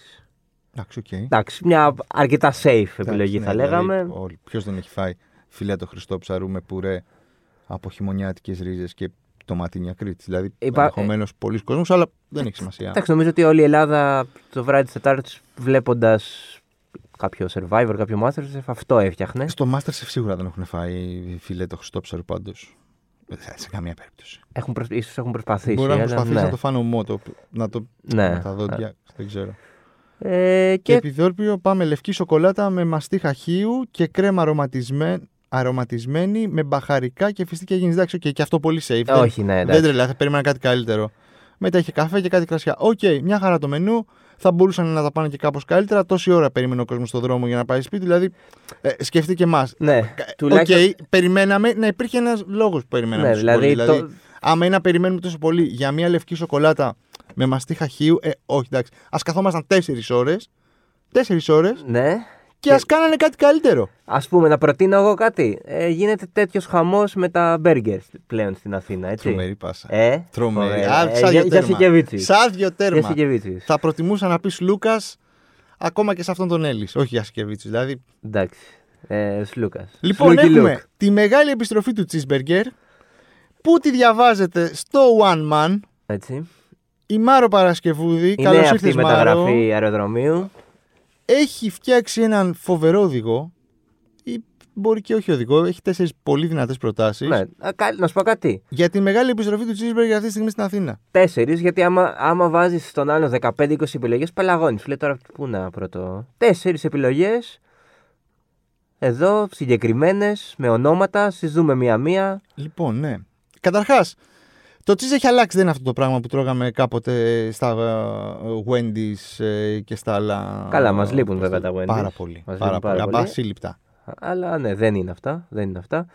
Speaker 1: Εντάξει, οκ.
Speaker 2: Εντάξει, μια αρκετά safe επιλογή
Speaker 1: Εντάξει,
Speaker 2: θα
Speaker 1: ναι,
Speaker 2: λέγαμε.
Speaker 1: Δηλαδή, όλοι, ποιος δεν έχει φάει φιλέτο χριστό ψαρού με πουρέ από χειμωνιάτικες ρίζες και τοματίνια Κρήτης. Δηλαδή
Speaker 2: Υπά-
Speaker 1: ενδεχομένως πολλοί κόσμος, αλλά δεν έχει σημασία.
Speaker 2: Εντάξει, νομίζω ότι όλη η Ελλάδα το βράδυ της Τετάρτης βλέποντας κάποιο survivor, κάποιο Masterchef, αυτό έφτιαχνε.
Speaker 1: Στο Masterchef σίγουρα δεν έχουν φάει φιλέτο χριστό ψαρού πάντως. σε- σε καμία περίπτωση.
Speaker 2: Έχουν προσ... ίσως έχουν προσπαθήσει.
Speaker 1: Μπορεί να
Speaker 2: αλλά
Speaker 1: προσπαθήσει
Speaker 2: ναι.
Speaker 1: να το φάνω μότο, να το
Speaker 2: Ναι.
Speaker 1: με τα δόντια, δεν ξέρω.
Speaker 2: Ε,
Speaker 1: Και...
Speaker 2: και
Speaker 1: Επιδόρπιο πάμε λευκή σοκολάτα με μαστίχα χείου και κρέμα αρωματισμέ... αρωματισμένη με μπαχαρικά και φιστίκια γίνεις. Εντάξει, okay, και αυτό πολύ safe. δεν-
Speaker 2: Όχι, ναι,
Speaker 1: Δεν
Speaker 2: εντάξει.
Speaker 1: τρελά, θα περίμενα κάτι καλύτερο. Μετά είχε καφέ και κάτι κρασιά. Οκ, μια χαρά το μενού. Θα μπορούσαν να τα πάνε και κάπως καλύτερα. Τόση ώρα περίμενε ο κόσμος στον δρόμο για να πάει σπίτι. Δηλαδή, ε, σκεφτεί και εμάς.
Speaker 2: Ναι,
Speaker 1: Οκ, περιμέναμε να υπήρχε ένας λόγος που περιμέναμε.
Speaker 2: ναι,
Speaker 1: τόσο πολύ.
Speaker 2: δηλαδή,
Speaker 1: δηλαδή
Speaker 2: το...
Speaker 1: άμα είναι να περιμένουμε τόσο πολύ για μια λευκή σοκολάτα με μαστίχα χείου, ε, όχι εντάξει. Ας καθόμασταν τέσσερις ώρες. Τέσσερις ώρες
Speaker 2: ναι.
Speaker 1: και ας κάνανε κάτι καλύτερο.
Speaker 2: Ας πούμε, να προτείνω εγώ κάτι. Ε, γίνεται τέτοιος χαμός με τα μπέργκερ πλέον στην Αθήνα, έτσι.
Speaker 1: Τρομερή πάσα.
Speaker 2: Ε,
Speaker 1: Τρομερή.
Speaker 2: ωραία.
Speaker 1: Α,
Speaker 2: Ε,
Speaker 1: σαν
Speaker 2: για-
Speaker 1: δυο
Speaker 2: για Σικεβίτσι.
Speaker 1: τέρμα. Σαν δυο
Speaker 2: Για
Speaker 1: τέρμα.
Speaker 2: Σικεβίτσις.
Speaker 1: Θα προτιμούσα να πεις Λούκας ακόμα και σε αυτόν τον Έλλης. Όχι για Σικεβίτσις. Δηλαδή.
Speaker 2: Εντάξει. Ε, Σλούκα.
Speaker 1: Λοιπόν, έχουμε τη μεγάλη επιστροφή του Cheeseburger που τη διαβάζετε στο One Man.
Speaker 2: Έτσι. Είναι
Speaker 1: Η Μάρο Παρασκευούδη, καλώς
Speaker 2: αυτή
Speaker 1: ήρθε
Speaker 2: η
Speaker 1: Μάρο.
Speaker 2: μεταγραφή αεροδρομίου.
Speaker 1: Έχει φτιάξει έναν φοβερό οδηγό. Ή μπορεί και όχι οδηγό. Έχει τέσσερις πολύ δυνατές προτάσεις.
Speaker 2: Ναι. Α, κα- Να σου πω κάτι.
Speaker 1: Για τη μεγάλη επιστροφή του Cheeseburger αυτή τη στιγμή στην Αθήνα.
Speaker 2: Τέσσερις, γιατί άμα, άμα βάζεις στον άλλο 15-20 επιλογές, πελαγώνεις. Σου λέει τώρα πού να πρώτο. Τέσσερις επιλογές. Εδώ, συγκεκριμένες, με ονόματα, συζούμε μία-μία.
Speaker 1: Λοιπόν, ναι. Καταρχάς, το cheese έχει αλλάξει, δεν είναι αυτό το πράγμα που τρώγαμε κάποτε στα ε, Wendy's ε, και στα άλλα.
Speaker 2: Καλά, μας λείπουν
Speaker 1: πώς το-
Speaker 2: βέβαια τα Wendy's.
Speaker 1: Πάρα πολύ.
Speaker 2: Μας
Speaker 1: πάρα
Speaker 2: λείπουν πάρα
Speaker 1: πολύ.
Speaker 2: πολύ.
Speaker 1: Απασύλληπτα.
Speaker 2: Αλλά ναι, δεν είναι αυτά. Δεν είναι αυτά.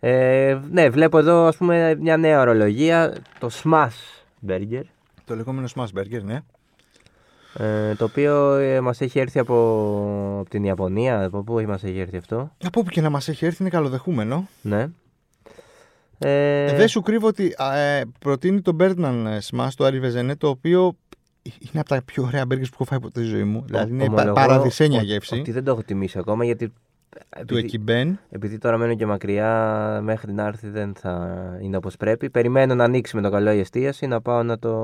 Speaker 2: Ε, ναι, βλέπω εδώ ας πούμε μια νέα ορολογία, το Smash Burger,
Speaker 1: Το λεγόμενο Smash Burger, ναι.
Speaker 2: ε, το οποίο ε, μας έχει έρθει από, από την Ιαπωνία, από πού μας έχει έρθει αυτό,
Speaker 1: Από όπου και να μας έχει έρθει, είναι καλοδεχούμενο.
Speaker 2: ναι. Ε,
Speaker 1: Δεν σου κρύβω ότι α, ε, προτείνει το Birdman ε, Smash, το Ari Vezene, το οποίο είναι από τα πιο ωραία μπέργκερ που έχω φάει ποτέ στη ζωή μου. Δηλαδή είναι πα-
Speaker 2: Ομολογώ
Speaker 1: παραδεισένια
Speaker 2: ότι-
Speaker 1: γεύση Ε,
Speaker 2: Ότι δεν το έχω τιμήσει ακόμα γιατί.
Speaker 1: του
Speaker 2: Επειδή,
Speaker 1: Εκιμπέν.
Speaker 2: επειδή τώρα μένω και μακριά, μέχρι να έρθει δεν θα είναι όπως πρέπει. Περιμένω να ανοίξει με το καλό η εστίαση, να πάω να το,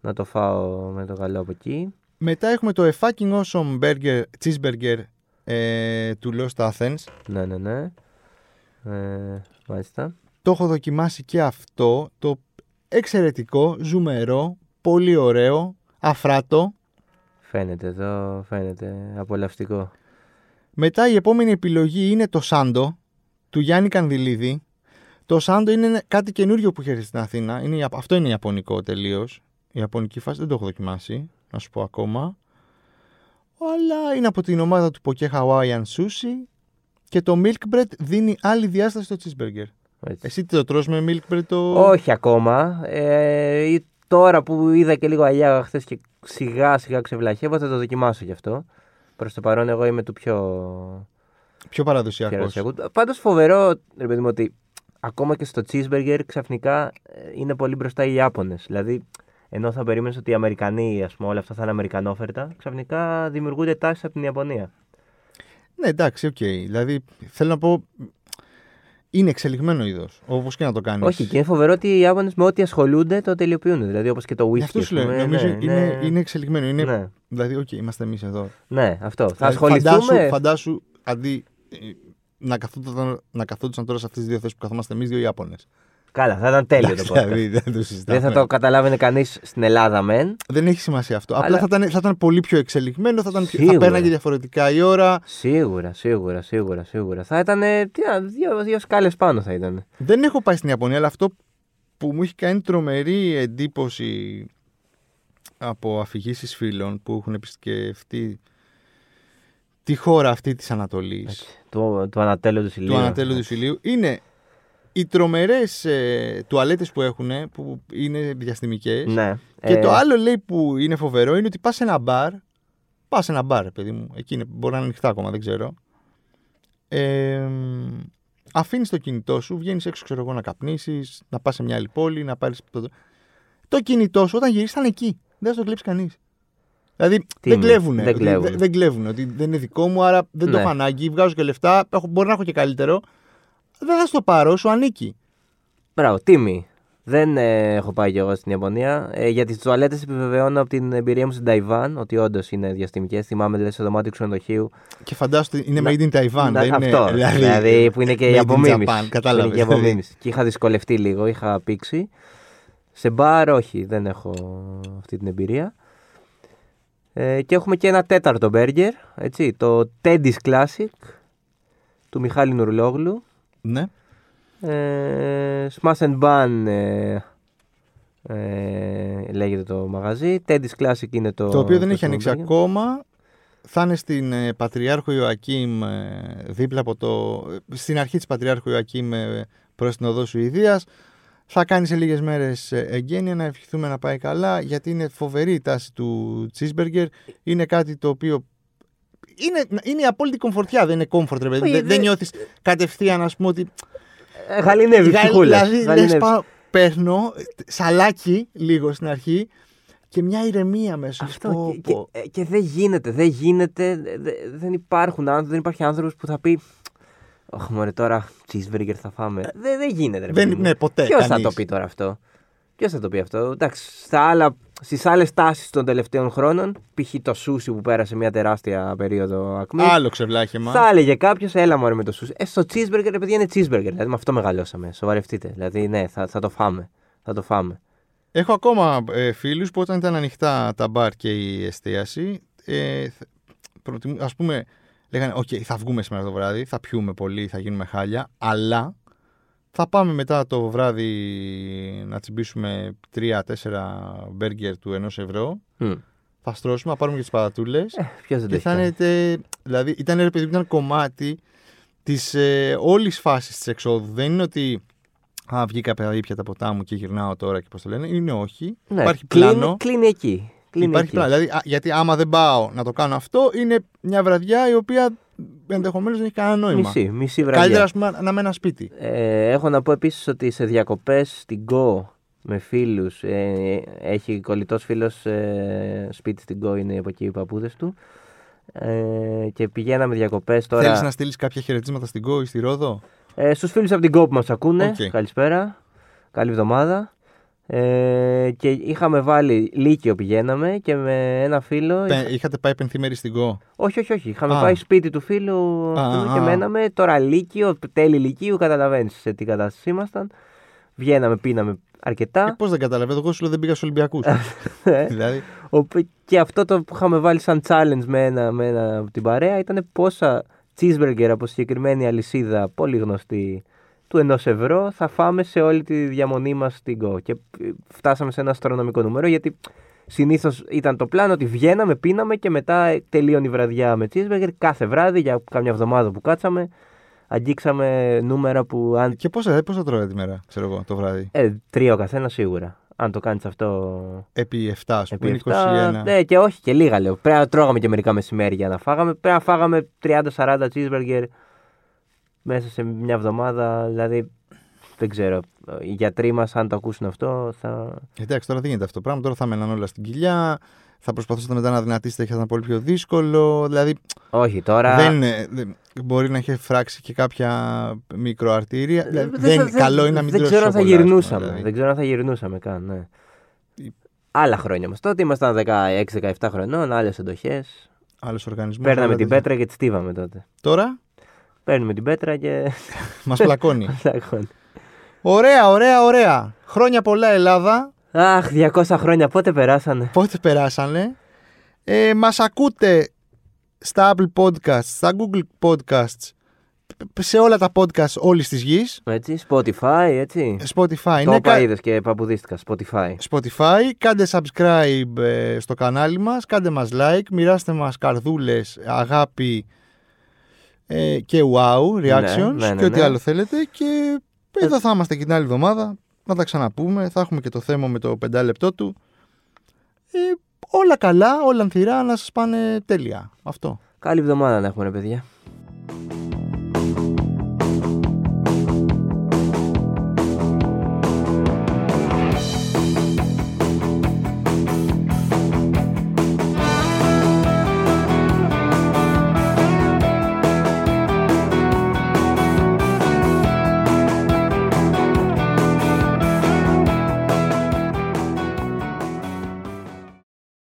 Speaker 2: να το φάω με το καλό από εκεί.
Speaker 1: Μετά έχουμε το A Fucking Awesome Burger, Cheeseburger ε, του Lost Athens.
Speaker 2: Ναι, ναι, ναι. Ε, μάλιστα.
Speaker 1: Το έχω δοκιμάσει και αυτό. Το εξαιρετικό, ζουμερό, πολύ ωραίο, αφράτο.
Speaker 2: Φαίνεται εδώ, φαίνεται απολαυστικό.
Speaker 1: Μετά η επόμενη επιλογή είναι το Σάντο του Γιάννη Κανδυλίδη. Το Σάντο είναι κάτι καινούριο που είχε έρθει στην Αθήνα. Είναι, Ιαπ- αυτό είναι Ιαπωνικό τελείως. Η Ιαπωνική φάση δεν το έχω δοκιμάσει, να σου πω ακόμα. Αλλά είναι από την ομάδα του Poké Hawaiian Sushi. Και το Milk Bread δίνει άλλη διάσταση στο cheeseburger.
Speaker 2: Έτσι.
Speaker 1: Εσύ τι το τρως με Milk Bread το...
Speaker 2: Όχι ακόμα. Ε, ή τώρα που είδα και λίγο αλλιά χθες και σιγά σιγά ξεβλαχεύω, θα το δοκιμάσω γι' αυτό. Προς το παρόν, εγώ είμαι του πιο
Speaker 1: Πιο παραδοσιακός.
Speaker 2: Πάντως φοβερό, ρε παιδί μου, ότι ακόμα και στο cheeseburger ξαφνικά ε, είναι πολύ μπροστά οι Ιάπωνες. Δηλαδή, ενώ θα περίμενες ότι οι Αμερικανοί, ας πούμε, όλα αυτά θα είναι Αμερικανόφερτα, ξαφνικά δημιουργούνται τάσεις από την Ιαπωνία.
Speaker 1: Ναι, εντάξει, οκ. Δηλαδή, θέλω να πω. Είναι εξελιγμένο είδος. Όπως και να το κάνεις.
Speaker 2: Όχι, και είναι φοβερό ότι οι Ιάπωνες με ό,τι ασχολούνται το τελειοποιούν. Δηλαδή, όπως και το whisky.
Speaker 1: Γι' αυτό
Speaker 2: ας
Speaker 1: σου λέω.
Speaker 2: πούμε,
Speaker 1: νομίζω
Speaker 2: ναι,
Speaker 1: είναι,
Speaker 2: ναι.
Speaker 1: είναι εξελιγμένο. Είναι,
Speaker 2: Ναι.
Speaker 1: Δηλαδή, οκ, είμαστε εμείς εδώ.
Speaker 2: Ναι, αυτό. Θα
Speaker 1: Δηλαδή,
Speaker 2: ασχοληθούμε.
Speaker 1: Φαντάσου, φαντάσου αντί ε, να καθόντουσαν, να καθόντουσαν τώρα σε αυτές τις δύο θέσεις που καθόμαστε εμείς, δύο Ιάπωνες.
Speaker 2: Καλά, θα ήταν τέλειο το podcast.
Speaker 1: Δηλαδή, δεν το συζητάμε.
Speaker 2: Δεν θα το καταλάβαινε κανείς στην Ελλάδα, μεν.
Speaker 1: Δεν έχει σημασία αυτό. Απλά
Speaker 2: Αλλά-
Speaker 1: θα ήταν, θα ήταν πολύ πιο εξελιγμένο, θα, ήταν, πιο- θα
Speaker 2: Σίγουρα.
Speaker 1: πέρναγε διαφορετικά η ώρα.
Speaker 2: Σίγουρα, σίγουρα, σίγουρα, σίγουρα. Θα ήταν. ε, Δύο, δύο σκάλες πάνω θα ήταν.
Speaker 1: Δεν έχω πάει στην Ιαπωνία, αλλά αυτό που μου έχει κάνει τρομερή εντύπωση από αφηγήσεις φίλων που έχουν επισκεφτεί τη χώρα αυτή της Ανατολής,
Speaker 2: Του, του ανατέλου του Σιλίου.
Speaker 1: του ανατέλου του Σιλίου, είναι οι τρομερές ε, τουαλέτες που έχουν, που είναι διαστημικές.
Speaker 2: Ναι.
Speaker 1: Και
Speaker 2: Ε,
Speaker 1: το άλλο λέει που είναι φοβερό είναι ότι πας σε ένα μπαρ. Πας σε ένα μπαρ, παιδί μου. Εκεί είναι, μπορεί να είναι ανοιχτά ακόμα, δεν ξέρω. Ε, Αφήνεις το κινητό σου, βγαίνεις έξω, ξέρω εγώ, να καπνίσεις, να πας σε μια άλλη πόλη, να πάρεις. Το... το κινητό σου όταν γυρίσει ήταν εκεί. Δεν θα το κλέψει κανείς. Δηλαδή δεν
Speaker 2: είναι,
Speaker 1: κλέβουν.
Speaker 2: δεν κλέβουνε.
Speaker 1: δεν κλέβουνε, Ότι δεν είναι δικό μου, άρα δεν το
Speaker 2: Ναι.
Speaker 1: έχω ανάγκη. Βγάζω και λεφτά. Έχω, μπορεί να έχω και καλύτερο. Δεν θα στο πάρω, σου ανήκει.
Speaker 2: Μπράβο, τίμη. Δεν ε, έχω πάει κι εγώ στην Ιαπωνία. Ε, για τις τουαλέτες επιβεβαιώνω από την εμπειρία μου στην Ταϊβάν ότι όντως είναι διαστημικές. Θυμάμαι δηλαδή στο δωμάτιο ξενοδοχείου.
Speaker 1: Και φαντάζομαι ότι είναι made in Taiwan.
Speaker 2: Να-
Speaker 1: δεν είναι, ε,
Speaker 2: αυτό. δηλαδή, που είναι και η
Speaker 1: made in
Speaker 2: απομίμηση.
Speaker 1: Japan,
Speaker 2: Που
Speaker 1: κατάλαβες,
Speaker 2: είναι και η
Speaker 1: δηλαδή.
Speaker 2: απομίμηση. και είχα δυσκολευτεί λίγο, είχα πήξει. Σε μπαρ, όχι, δεν έχω αυτή την εμπειρία. Ε, και έχουμε και ένα τέταρτο μπέργκερ, έτσι, το Teddy's Classic του Μιχάλη Νουρλόγλου.
Speaker 1: Ναι.
Speaker 2: Ε, Smash and Ban ε, ε, λέγεται το μαγαζί. Teddy's Classic είναι το.
Speaker 1: Το οποίο δεν
Speaker 2: το
Speaker 1: έχει ανοίξει
Speaker 2: μπέργκερ.
Speaker 1: ακόμα. Θα είναι στην ε, Πατριάρχο Ιωακήμ, ε, δίπλα από το. ε, στην αρχή της Πατριάρχου Ιωακήμ ε, προς την οδό Σουηδίας. Θα κάνει σε λίγες μέρες εγγένεια να ευχηθούμε να πάει καλά, γιατί είναι φοβερή η τάση του cheeseburger. Είναι κάτι το οποίο. Είναι, είναι η απόλυτη κομφορτιά, δεν είναι comfort, ρε παιδί.
Speaker 2: Όχι,
Speaker 1: Δεν,
Speaker 2: δεν-
Speaker 1: δεν νιώθεις κατευθείαν, ας πούμε, ότι.
Speaker 2: Ε, γαλινεύεις,
Speaker 1: Γα-
Speaker 2: ψυχούλα.
Speaker 1: Δηλαδή, λες,
Speaker 2: Γαλινεύεις.
Speaker 1: πάω, παίρνω σαλάκι λίγο στην αρχή και μια ηρεμία μέσα.
Speaker 2: Αυτό.
Speaker 1: Πω,
Speaker 2: και- και,
Speaker 1: πω.
Speaker 2: ε, και δεν γίνεται, δεν γίνεται. δε- δε- δεν, υπάρχουν, άνθρωποι- δεν υπάρχει άνθρωπος που θα πει. Ωχ, μωρέ, τώρα cheeseburger θα φάμε. Δεν, δεν γίνεται, ρε
Speaker 1: Ε, Δεν-
Speaker 2: παιδί μου.
Speaker 1: ναι, ποτέ,
Speaker 2: Ποιος θα
Speaker 1: κανείς.
Speaker 2: το πει τώρα αυτό. Ποιος θα το πει αυτό. Εντάξει, στα άλλα, στις άλλες τάσεις των τελευταίων χρόνων, π.χ. το σούσι που πέρασε μια τεράστια περίοδο ακμή.
Speaker 1: Άλλο ξεβλάχημα.
Speaker 2: Θα έλεγε κάποιος, έλα μωρέ με το σούσι. Ε, στο cheeseburger, ρε παιδιά, είναι cheeseburger. Δηλαδή, με αυτό μεγαλώσαμε. Σοβαρευτείτε. Δηλαδή, ναι, θα, θα το φάμε. Θα το φάμε.
Speaker 1: Έχω ακόμα ε, φίλους που όταν ήταν ανοιχτά τα μπαρ και η εστίαση, ε, θ- προτιμού- ας πούμε, λέγανε, οκ, θα βγούμε σήμερα το βράδυ, θα πιούμε πολύ, θα γίνουμε χάλια, αλλά θα πάμε μετά το βράδυ να τσιμπήσουμε 3-4 μπέργκερ του 1 ευρώ,
Speaker 2: Μ.
Speaker 1: θα στρώσουμε, θα πάρουμε και τις παρατούλες
Speaker 2: Ε, Ποιος δεν το
Speaker 1: και
Speaker 2: έχει
Speaker 1: θα
Speaker 2: κάνει.
Speaker 1: είναι, τε- δηλαδή, ήταν ρε παιδί που ήταν κομμάτι της ε, όλης φάσης της εξόδου. Δεν είναι ότι Α, βγήκα πέρα ήπια τα ποτά μου και γυρνάω τώρα και πώς το λένε. Είναι όχι.
Speaker 2: Ναι,
Speaker 1: υπάρχει
Speaker 2: κλείνει-
Speaker 1: πλάνο.
Speaker 2: Κλείνει εκεί. Κλείνει
Speaker 1: Υπάρχει
Speaker 2: εκεί.
Speaker 1: πλάνο. Δηλαδή, α, γιατί άμα δεν πάω να το κάνω αυτό, είναι μια βραδιά η οποία ενδεχομένως δεν έχει κανένα νόημα.
Speaker 2: Μισή, μισή βραδιά.
Speaker 1: Καλύτερα, ας πούμε, να με ένα σπίτι.
Speaker 2: Ε, έχω να πω επίσης ότι σε διακοπές στην Go με φίλους. Ε, έχει κολλητός φίλος ε, σπίτι στην Go, είναι από εκεί οι παππούδες του. Ε, και πηγαίναμε διακοπές τώρα.
Speaker 1: Θέλεις να στείλεις κάποια χαιρετίσματα στην Κόη, στη Ρόδο.
Speaker 2: Ε, Στους φίλους από την Κόπ που μας ακούνε,
Speaker 1: Οκ.
Speaker 2: καλησπέρα. Καλή εβδομάδα. Ε, και είχαμε βάλει Λύκειο πηγαίναμε και με ένα φίλο.
Speaker 1: Πε- Είχατε πάει πενθήμερη στην Κό.
Speaker 2: Όχι, όχι, όχι. Είχαμε
Speaker 1: Α.
Speaker 2: πάει σπίτι του φίλου
Speaker 1: Α,
Speaker 2: αυτού
Speaker 1: α,
Speaker 2: και
Speaker 1: α.
Speaker 2: μέναμε. Τώρα Λύκειο, τέλη Λυκείου, καταλαβαίνεις σε τι κατάσταση ήμασταν. Βγαίναμε, πίναμε αρκετά.
Speaker 1: Πώ Ε, δεν καταλαβαίνω, εγώ σου λέω δεν πήγα στους Ολυμπιακούς.
Speaker 2: Ε.
Speaker 1: δηλαδή,
Speaker 2: Οπο- και αυτό το που είχαμε βάλει σαν challenge με ένα, με ένα από την παρέα ήταν πόσα cheeseburger από συγκεκριμένη αλυσίδα πολύ γνωστή του 1 ευρώ θα φάμε σε όλη τη διαμονή μας στην Go. Και ε, φτάσαμε σε ένα αστρονομικό νούμερο γιατί συνήθως ήταν το πλάνο ότι βγαίναμε, πίναμε και μετά ε, τελείωνε η βραδιά με cheeseburger. Κάθε βράδυ για κάμια εβδομάδα που κάτσαμε, αγγίξαμε νούμερα που αν.
Speaker 1: και πώ θα, ε, πώς θα τρώω τη μέρα, ξέρω εγώ, το βράδυ.
Speaker 2: Ε, τρία ο καθένα σίγουρα. Αν το κάνεις αυτό
Speaker 1: Επί 7, α πούμε,
Speaker 2: Επί
Speaker 1: είναι
Speaker 2: 7,
Speaker 1: 21.
Speaker 2: ναι, και όχι και λίγα λέω. Πρέπει να τρώγαμε και μερικά μεσημέρια να φάγαμε. Πρέπει να φάγαμε 30-40 cheeseburger μέσα σε μια εβδομάδα. Δηλαδή, δεν ξέρω. Οι γιατροί μας, αν το ακούσουν αυτό, θα.
Speaker 1: Εντάξει, τώρα δεν γίνεται αυτό το πράγμα. Τώρα θα μείναν όλα στην κοιλιά. Θα προσπαθούσατε μετά να δυνατήσετε και θα ήταν πολύ πιο δύσκολο. Δηλαδή,
Speaker 2: Όχι τώρα. Ε,
Speaker 1: δεν, είναι- δεν- μπορεί να έχει φράξει και κάποια μικροαρτήρια. Δηλαδή,
Speaker 2: Ε, δεν-
Speaker 1: δεν,
Speaker 2: δεν-
Speaker 1: καλό είναι να μην
Speaker 2: Δεν
Speaker 1: τρως
Speaker 2: ξέρω αν
Speaker 1: σοκολάτα,
Speaker 2: θα
Speaker 1: ας πούμε,
Speaker 2: γυρνούσαμε.
Speaker 1: δηλαδή.
Speaker 2: Δεν ξέρω αν θα γυρνούσαμε καν, ναι.
Speaker 1: Η-
Speaker 2: Άλλα χρόνια μα. Τότε ήμασταν 16-17 χρονών, άλλες εντοχές.
Speaker 1: Άλλος οργανισμός,
Speaker 2: Παίρναμε
Speaker 1: άλλα
Speaker 2: την
Speaker 1: τέτοια.
Speaker 2: πέτρα και τη στίβαμε τότε.
Speaker 1: Τώρα
Speaker 2: Παίρνουμε την πέτρα και.
Speaker 1: μας πλακώνει.
Speaker 2: πλακώνει.
Speaker 1: ωραία, ωραία, ωραία. Χρόνια πολλά Ελλάδα.
Speaker 2: Αχ, 200 χρόνια πότε περάσανε.
Speaker 1: Πότε περάσανε. Ε, μας ακούτε στα Apple Podcasts, στα Google Podcasts, σε όλα τα podcasts όλης της γης.
Speaker 2: Έτσι, Spotify, έτσι.
Speaker 1: Spotify.
Speaker 2: Το
Speaker 1: ναι,
Speaker 2: είπα
Speaker 1: κα-
Speaker 2: είδες και παπουδίστηκα, Spotify.
Speaker 1: Spotify, κάντε subscribe ε, στο κανάλι μας, κάντε μας like, μοιράστε μας καρδούλες, αγάπη ε, και wow, reactions
Speaker 2: ναι, ναι,
Speaker 1: και ό,τι
Speaker 2: ναι.
Speaker 1: άλλο θέλετε και εδώ θα είμαστε και την άλλη εβδομάδα να τα ξαναπούμε, θα έχουμε και το θέμα με το πεντάλεπτό του ε, όλα καλά, όλα ανθυρά να σας πάνε τέλεια, αυτό
Speaker 2: Καλή εβδομάδα να έχουμε ρε παιδιά.